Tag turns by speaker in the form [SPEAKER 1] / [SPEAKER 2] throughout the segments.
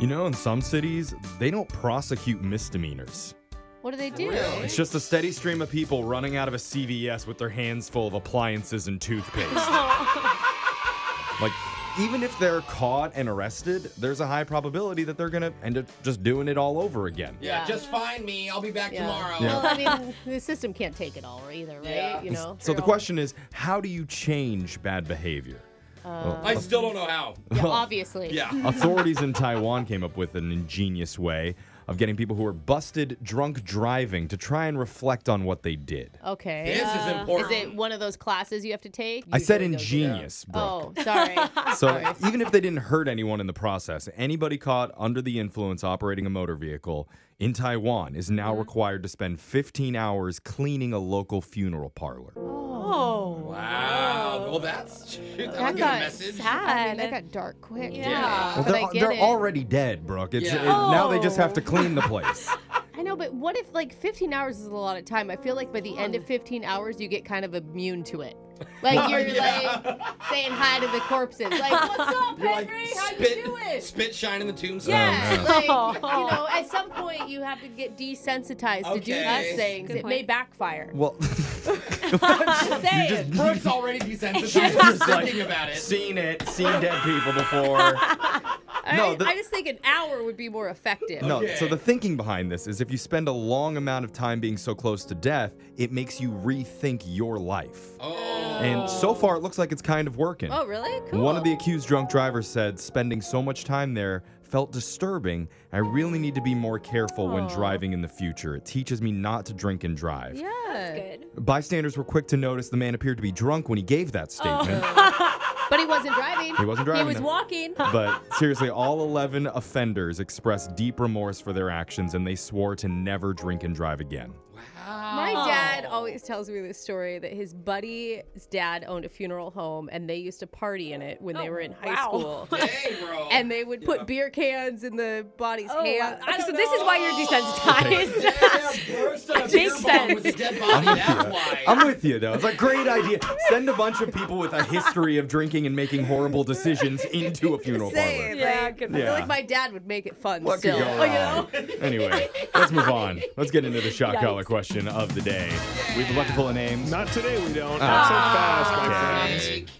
[SPEAKER 1] You know, in some cities, they don't prosecute misdemeanors.
[SPEAKER 2] What do they do?
[SPEAKER 1] It's just a steady stream of people running out of a CVS with their hands full of appliances and toothpaste. like, even if they're caught and arrested, there's a high probability that they're going to end up just doing it all over again.
[SPEAKER 3] Yeah,
[SPEAKER 2] Yeah.
[SPEAKER 3] just find me. I'll be back
[SPEAKER 2] Yeah.
[SPEAKER 3] tomorrow.
[SPEAKER 1] Yeah.
[SPEAKER 2] Well, I mean, the system can't take it all either, right?
[SPEAKER 3] Yeah.
[SPEAKER 2] You know.
[SPEAKER 1] So the
[SPEAKER 2] They're all-
[SPEAKER 1] question is, how do you change bad behavior? Well,
[SPEAKER 3] I still don't know how.
[SPEAKER 2] Yeah, obviously.
[SPEAKER 3] Yeah.
[SPEAKER 1] Authorities in Taiwan came up with an ingenious way of getting people who were busted drunk driving to try and reflect on what they did.
[SPEAKER 2] Okay. Uh,
[SPEAKER 3] This is important.
[SPEAKER 2] Is it one of those classes you have to take?
[SPEAKER 1] I said
[SPEAKER 2] Usually those are-
[SPEAKER 1] ingenious, bro.
[SPEAKER 2] Oh, sorry.
[SPEAKER 1] So even if they didn't hurt anyone in the process, anybody caught under the influence operating a motor vehicle in Taiwan is now
[SPEAKER 3] Mm-hmm.
[SPEAKER 1] required to spend 15 hours cleaning a local funeral parlor.
[SPEAKER 4] Oh.
[SPEAKER 3] Wow. Well, that's
[SPEAKER 2] That
[SPEAKER 3] that was a
[SPEAKER 2] got
[SPEAKER 3] message.
[SPEAKER 2] sad.
[SPEAKER 4] I mean, that
[SPEAKER 2] got dark quick. Yeah.
[SPEAKER 4] Yeah.
[SPEAKER 1] Well,
[SPEAKER 2] But
[SPEAKER 1] they're
[SPEAKER 2] I get
[SPEAKER 1] they're
[SPEAKER 2] it.
[SPEAKER 1] already dead, Brooke. It's,
[SPEAKER 3] Yeah.
[SPEAKER 1] it- Now they just have
[SPEAKER 4] Oh.
[SPEAKER 1] to clean the place.
[SPEAKER 2] I know, but what if like 15 hours is a lot of time? I feel like by the end of 15 hours, you get kind of immune to it. Like you're
[SPEAKER 3] Yeah.
[SPEAKER 2] like saying hi to the corpses. Like, what's up,
[SPEAKER 3] You're like
[SPEAKER 2] Henry? How
[SPEAKER 3] spit,
[SPEAKER 2] you doing?
[SPEAKER 3] spit shine in the tombstone.
[SPEAKER 2] Yeah,
[SPEAKER 4] Oh,
[SPEAKER 2] like,
[SPEAKER 4] no.
[SPEAKER 2] you know, at some point you have to get desensitized to do
[SPEAKER 3] Okay.
[SPEAKER 2] these things.
[SPEAKER 4] Good
[SPEAKER 2] it may
[SPEAKER 4] point.
[SPEAKER 2] backfire.
[SPEAKER 1] Well,
[SPEAKER 4] Just saying.
[SPEAKER 3] Brooke's already desensitized. just thinking about it.
[SPEAKER 1] seen it, seen dead people before. No,
[SPEAKER 2] I,
[SPEAKER 1] the-
[SPEAKER 2] I just think an hour would be more effective.
[SPEAKER 1] No,
[SPEAKER 3] Okay.
[SPEAKER 1] so the thinking behind this is if you spend a long amount of time being so close to death, it makes you rethink your life.
[SPEAKER 3] Oh.
[SPEAKER 1] And so far, it looks like it's kind of working.
[SPEAKER 2] Oh, really? Cool.
[SPEAKER 1] One of the accused drunk drivers said spending so much time there felt disturbing. I really need to be more careful when
[SPEAKER 4] Aw.
[SPEAKER 1] driving in the future. It teaches me not to drink and drive.
[SPEAKER 2] Yeah.
[SPEAKER 4] Good.
[SPEAKER 1] Bystanders were quick to notice the man appeared to be drunk when he gave that statement.
[SPEAKER 2] But he wasn't driving.
[SPEAKER 1] He wasn't driving,
[SPEAKER 2] Oh. He was
[SPEAKER 1] no.
[SPEAKER 2] walking.
[SPEAKER 1] But seriously, all 11 offenders expressed deep remorse for their actions and they swore to never drink and drive again.
[SPEAKER 2] My
[SPEAKER 4] Oh.
[SPEAKER 2] dad always tells me this story that his buddy's dad owned a funeral home and they used to party in it when they
[SPEAKER 4] Oh,
[SPEAKER 2] were in high
[SPEAKER 4] wow.
[SPEAKER 2] school.
[SPEAKER 3] Hey, bro.
[SPEAKER 2] And they would put beer cans in the body's
[SPEAKER 4] Oh, wow.
[SPEAKER 2] hands.
[SPEAKER 4] Okay, so this is why you're
[SPEAKER 3] Yeah,
[SPEAKER 4] desensitized.
[SPEAKER 3] Brooke's done a
[SPEAKER 4] Makes
[SPEAKER 3] beer bong with a
[SPEAKER 4] sense.
[SPEAKER 3] dead body. That's why.
[SPEAKER 1] I'm with you, though. It's a great idea. Send a bunch of people with a history of drinking and making horrible decisions into a funeral parlor.
[SPEAKER 2] Saying, like,
[SPEAKER 4] good.
[SPEAKER 1] Yeah.
[SPEAKER 2] I feel like my dad would make it fun
[SPEAKER 1] What could
[SPEAKER 2] still.
[SPEAKER 1] go
[SPEAKER 4] Oh,
[SPEAKER 1] wrong? Anyway, let's move on. Let's get into the shot
[SPEAKER 4] Yikes.
[SPEAKER 1] collar question of the day. We have a bucket full of names.
[SPEAKER 5] Not today, we don't. Not so fast, my
[SPEAKER 1] okay.
[SPEAKER 5] friends.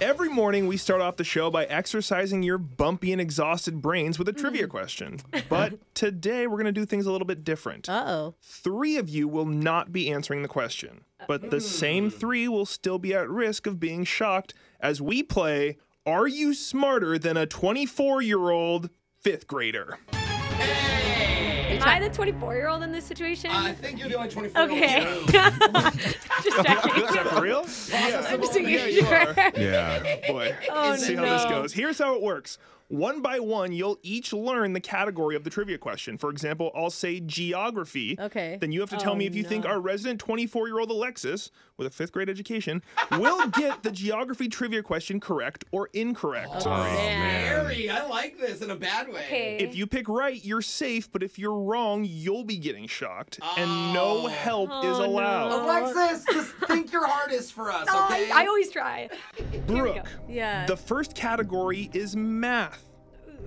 [SPEAKER 5] Every morning, we start off the show by exercising your bumpy and exhausted brains with a trivia question. But today, we're going to do things a little bit different.
[SPEAKER 2] Uh-oh.
[SPEAKER 5] Three of you will not be answering the question, but the same three will still be at risk of being shocked as we play Are You Smarter Than a 24 Year Old Fifth Grader?
[SPEAKER 4] Am I the 24 year old in this situation?
[SPEAKER 3] I think you're the only 24
[SPEAKER 4] okay. Just
[SPEAKER 5] Is
[SPEAKER 4] checking.
[SPEAKER 5] that for real? yeah.
[SPEAKER 4] Just to
[SPEAKER 5] Yeah,
[SPEAKER 4] make
[SPEAKER 5] you
[SPEAKER 4] sure.
[SPEAKER 5] are.
[SPEAKER 1] Yeah.
[SPEAKER 5] boy.
[SPEAKER 4] Oh,
[SPEAKER 5] See how this
[SPEAKER 4] no.
[SPEAKER 5] goes. Here's how it works. One by one, you'll each learn the category of the trivia question. For example, I'll say geography.
[SPEAKER 2] Okay.
[SPEAKER 5] Then you have to tell
[SPEAKER 4] Oh,
[SPEAKER 5] me if you think
[SPEAKER 4] no.
[SPEAKER 5] our resident 24 year old Alexis, with a fifth grade education, will get the geography trivia question correct or incorrect.
[SPEAKER 4] Oh.
[SPEAKER 3] Harry, I like this in a bad way.
[SPEAKER 4] Okay.
[SPEAKER 5] If you pick right, you're safe, but if you're wrong, you'll be getting shocked, and no help is
[SPEAKER 4] Oh, no.
[SPEAKER 5] allowed.
[SPEAKER 3] Alexis, just think your hardest for us,
[SPEAKER 4] Oh,
[SPEAKER 3] okay?
[SPEAKER 4] I, I always try. we go.
[SPEAKER 5] Brooke,
[SPEAKER 2] Yeah.
[SPEAKER 5] the first category is math.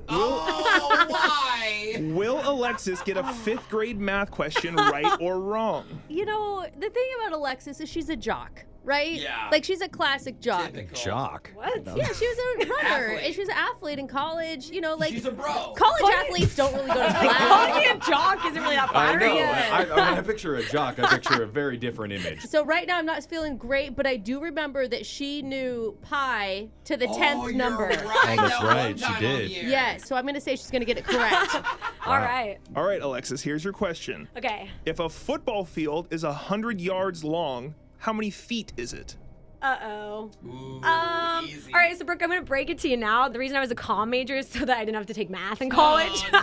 [SPEAKER 3] oh, why?
[SPEAKER 5] Will Alexis get a fifth grade math question right or wrong?
[SPEAKER 2] you know, the thing about Alexis is she's a jock, right?
[SPEAKER 3] Yeah.
[SPEAKER 2] Like she's a classic jock.
[SPEAKER 3] Typical.
[SPEAKER 1] Jock.
[SPEAKER 4] What?
[SPEAKER 2] Yeah, she was a runner
[SPEAKER 3] Athlete.
[SPEAKER 2] and she was an athlete in college. You know, like
[SPEAKER 3] She's a bro.
[SPEAKER 2] college
[SPEAKER 4] Call me-
[SPEAKER 2] athletes don't really go to
[SPEAKER 4] Calling me
[SPEAKER 2] class.
[SPEAKER 4] a jock isn't really that
[SPEAKER 1] I know.
[SPEAKER 4] flattering.
[SPEAKER 1] I, I, when I picture a jock, I picture a very different image.
[SPEAKER 2] So right now I'm not feeling great, but I do remember that she knew pi to the tenth
[SPEAKER 3] oh,
[SPEAKER 2] number.
[SPEAKER 3] You're right.
[SPEAKER 1] Oh, that's
[SPEAKER 3] that one
[SPEAKER 1] right, she
[SPEAKER 3] time on
[SPEAKER 1] did.
[SPEAKER 3] the air.
[SPEAKER 2] Yes, so I'm gonna say she's gonna get it correct.
[SPEAKER 4] All right.
[SPEAKER 5] All right, Alexis, here's your question.
[SPEAKER 4] Okay.
[SPEAKER 5] If a football field is 100 yards long, how many feet is it?
[SPEAKER 4] Uh oh.
[SPEAKER 3] Ooh,
[SPEAKER 4] Um,
[SPEAKER 3] easy.
[SPEAKER 4] all right, so Brooke, I'm gonna break it to you now. The reason I was a comm major is so that I didn't have to take math in college.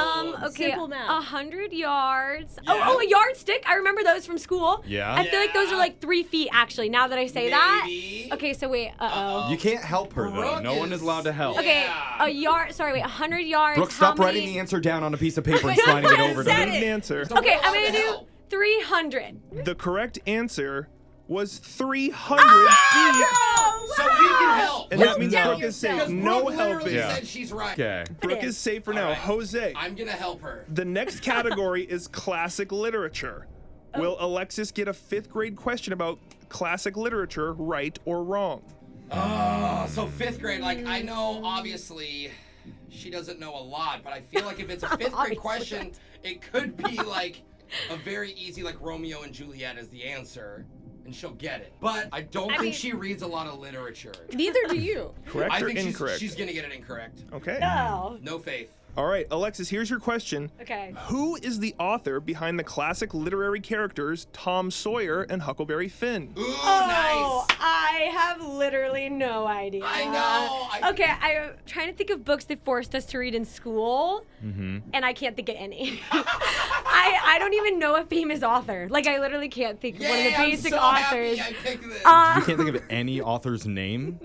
[SPEAKER 3] Oh,
[SPEAKER 4] um, okay,
[SPEAKER 2] Simple math.
[SPEAKER 4] a hundred yards.
[SPEAKER 3] Yeah.
[SPEAKER 4] Oh, oh, a yardstick. I remember those from school.
[SPEAKER 1] Yeah.
[SPEAKER 4] I feel like those
[SPEAKER 3] Yeah.
[SPEAKER 4] are like three feet actually. Now that I say
[SPEAKER 3] Maybe.
[SPEAKER 4] that. Okay, so wait. Uh oh.
[SPEAKER 1] You can't help her, though.
[SPEAKER 3] Brooke
[SPEAKER 1] No one is
[SPEAKER 3] is-
[SPEAKER 1] allowed to help.
[SPEAKER 4] Okay,
[SPEAKER 3] Yeah.
[SPEAKER 4] a yard. Sorry, wait. A hundred yards.
[SPEAKER 1] Brooke,
[SPEAKER 4] how
[SPEAKER 1] stop
[SPEAKER 4] many...
[SPEAKER 1] writing the answer down on a piece of paper and sliding it over to
[SPEAKER 4] said
[SPEAKER 1] me.
[SPEAKER 5] Need an answer.
[SPEAKER 4] Okay,
[SPEAKER 3] We're
[SPEAKER 4] I'm
[SPEAKER 3] allowed
[SPEAKER 4] gonna
[SPEAKER 3] to
[SPEAKER 4] do
[SPEAKER 3] help.
[SPEAKER 4] three hundred.
[SPEAKER 5] The correct answer was 300 feet.
[SPEAKER 3] So we
[SPEAKER 5] Ah!
[SPEAKER 3] can Ah! help.
[SPEAKER 5] And that means Brooke is safe.
[SPEAKER 3] Because
[SPEAKER 5] No
[SPEAKER 3] Brooke literally
[SPEAKER 5] helping.
[SPEAKER 1] Yeah.
[SPEAKER 3] said she's right.
[SPEAKER 1] Okay.
[SPEAKER 5] Brooke is safe for now.
[SPEAKER 3] All right.
[SPEAKER 5] Jose,
[SPEAKER 3] I'm gonna help her.
[SPEAKER 5] the next category is classic literature.
[SPEAKER 3] Oh.
[SPEAKER 5] Will Alexis get a fifth grade question about classic literature right or wrong?
[SPEAKER 3] Oh, so fifth grade, like I know obviously she doesn't know a lot, but I feel like if it's a fifth grade question, it could be like a very easy like Romeo and Juliet is the answer. And she'll get it. But I don't think
[SPEAKER 4] mean-
[SPEAKER 3] she reads a lot of literature.
[SPEAKER 2] Neither do you.
[SPEAKER 5] Correct
[SPEAKER 3] I
[SPEAKER 5] or
[SPEAKER 3] think
[SPEAKER 5] incorrect?
[SPEAKER 3] she's, she's gonna get it incorrect.
[SPEAKER 5] Okay.
[SPEAKER 4] Oh.
[SPEAKER 3] No faith.
[SPEAKER 5] All right, Alexis, here's your question.
[SPEAKER 4] Okay.
[SPEAKER 5] Who is the author behind the classic literary characters Tom Sawyer and Huckleberry Finn?
[SPEAKER 3] Ooh,
[SPEAKER 4] Oh,
[SPEAKER 3] nice.
[SPEAKER 4] I have literally no idea.
[SPEAKER 3] I know. I,
[SPEAKER 4] Okay, I'm trying to think of books that forced us to read in school, and I can't think of any. I, I don't even know a famous author. Like, I literally can't think of one of
[SPEAKER 3] Yay,
[SPEAKER 4] the basic
[SPEAKER 3] I'm so
[SPEAKER 4] authors.
[SPEAKER 3] Happy I picked this.
[SPEAKER 1] You
[SPEAKER 4] Uh,
[SPEAKER 1] can't think of any author's name?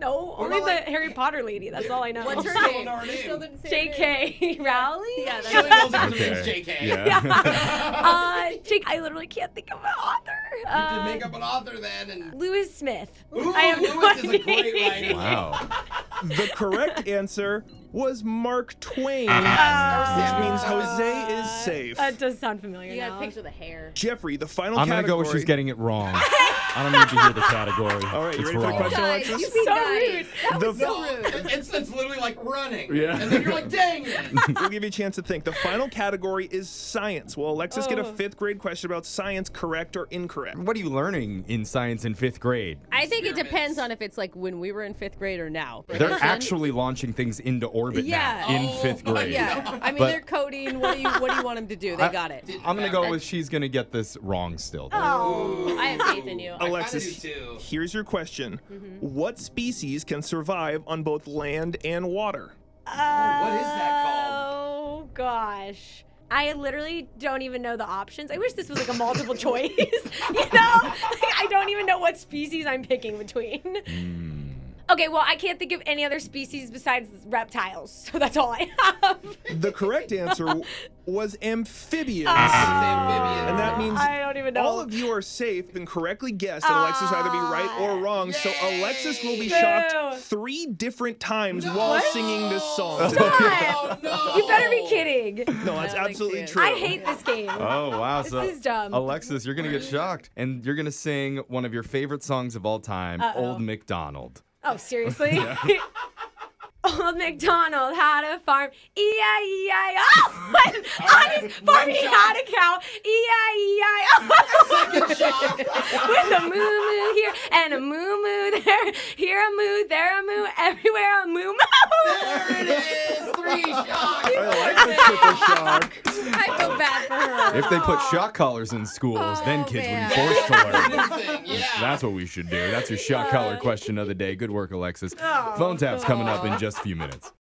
[SPEAKER 4] no, only
[SPEAKER 3] about,
[SPEAKER 4] the
[SPEAKER 3] like-
[SPEAKER 4] Harry Potter lady. That's all I know.
[SPEAKER 2] What's her
[SPEAKER 3] Still
[SPEAKER 2] name?
[SPEAKER 3] know her
[SPEAKER 2] You still
[SPEAKER 3] name.
[SPEAKER 2] didn't say her name.
[SPEAKER 4] J.K. Rowling?
[SPEAKER 2] Yeah,
[SPEAKER 3] she only
[SPEAKER 2] that's
[SPEAKER 3] knows if her name's JK.
[SPEAKER 1] Yeah.
[SPEAKER 4] Uh, Jake, I literally can't think of an author.
[SPEAKER 3] To
[SPEAKER 4] Uh,
[SPEAKER 3] make up an author then and
[SPEAKER 4] Lewis Smith.
[SPEAKER 3] Ooh,
[SPEAKER 4] I have no
[SPEAKER 3] Lewis is a great
[SPEAKER 4] idea.
[SPEAKER 3] writer.
[SPEAKER 1] wow.
[SPEAKER 5] the correct answer was Mark Twain,
[SPEAKER 1] Ah.
[SPEAKER 4] Uh,
[SPEAKER 2] Oh.
[SPEAKER 5] which means Jose is safe.
[SPEAKER 4] That does sound familiar.
[SPEAKER 2] You got
[SPEAKER 4] now.
[SPEAKER 2] a picture of the hair.
[SPEAKER 5] Jeffrey, the final
[SPEAKER 1] I'm going to
[SPEAKER 5] category.
[SPEAKER 1] go with she's getting it wrong. I don't need to hear the category.
[SPEAKER 5] All right, you
[SPEAKER 1] it's
[SPEAKER 5] ready for the
[SPEAKER 1] wrong.
[SPEAKER 5] question?
[SPEAKER 2] Guys,
[SPEAKER 5] Alexis?
[SPEAKER 2] you be
[SPEAKER 4] So
[SPEAKER 2] nice.
[SPEAKER 4] rude.
[SPEAKER 2] That was
[SPEAKER 5] The-
[SPEAKER 2] so rude.
[SPEAKER 3] It's, it's literally like running.
[SPEAKER 1] Yeah.
[SPEAKER 3] And then you're like, dang it.
[SPEAKER 5] we'll give you a chance to think. The final category is science. Will Alexis get a
[SPEAKER 2] Oh.
[SPEAKER 5] fifth grade question about science correct or incorrect?
[SPEAKER 1] What are you learning in science in fifth grade?
[SPEAKER 2] I think it
[SPEAKER 3] Experiments.
[SPEAKER 2] depends on if it's like when we were in fifth grade or now.
[SPEAKER 1] They're actually launching things into orbit now
[SPEAKER 2] Yeah.
[SPEAKER 1] in
[SPEAKER 3] Oh
[SPEAKER 1] fifth
[SPEAKER 3] my
[SPEAKER 1] grade.
[SPEAKER 2] Yeah, I mean
[SPEAKER 1] But-
[SPEAKER 2] they're coding. What do you What do you want them to do? They
[SPEAKER 1] I-
[SPEAKER 2] got it.
[SPEAKER 1] I'm going to go with she's going to get this wrong still. though.
[SPEAKER 2] I Mm-hmm. have faith in you.
[SPEAKER 3] I kinda
[SPEAKER 5] Alexis,
[SPEAKER 3] do too.
[SPEAKER 5] here's your question. What species can survive on both land and water? Oh,
[SPEAKER 3] What is that called?
[SPEAKER 4] Oh gosh. I literally don't even know the options. I wish this was like a multiple choice. you know? Like, I don't even know what species I'm picking between.
[SPEAKER 5] Hmm.
[SPEAKER 4] Okay, well, I can't think of any other species besides reptiles, so that's all I have.
[SPEAKER 5] The correct answer w- was amphibians.
[SPEAKER 2] Ah.
[SPEAKER 3] Amphibian.
[SPEAKER 5] and that means
[SPEAKER 4] I don't even know.
[SPEAKER 5] all of you are safe and correctly guessed that Alexis will either be right or
[SPEAKER 4] Ah,
[SPEAKER 5] wrong. So
[SPEAKER 3] Yay.
[SPEAKER 5] Alexis will be
[SPEAKER 4] Boo.
[SPEAKER 5] shocked three different times while singing this song.
[SPEAKER 4] Stop.
[SPEAKER 3] Oh, no.
[SPEAKER 4] You better be kidding.
[SPEAKER 5] No,
[SPEAKER 2] don't
[SPEAKER 5] that's
[SPEAKER 2] think
[SPEAKER 5] absolutely
[SPEAKER 2] so.
[SPEAKER 5] true.
[SPEAKER 4] I hate this game.
[SPEAKER 1] Oh wow! so
[SPEAKER 4] is dumb.
[SPEAKER 1] Alexis, you're gonna get shocked, and you're gonna sing one of your favorite songs of all time, "Old MacDonald."
[SPEAKER 4] Oh, seriously? Old MacDonald had a farm. E E-I-E-I-O. On his farm, he had a cow. E-I-E-I-O. E With a moo moo here and a moo moo there. Here a moo, there a moo, everywhere a moo moo.
[SPEAKER 3] There it is. Three shots.
[SPEAKER 5] I like this triple shock.
[SPEAKER 2] I feel bad for her.
[SPEAKER 1] If they put shock collars in schools, then kids
[SPEAKER 2] man.
[SPEAKER 1] would be forced to learn.
[SPEAKER 3] Amazing, Yeah.
[SPEAKER 1] That's what we should do. That's your shock collar question of the day. Good work, Alexis. Phone tap's coming up in just a few minutes.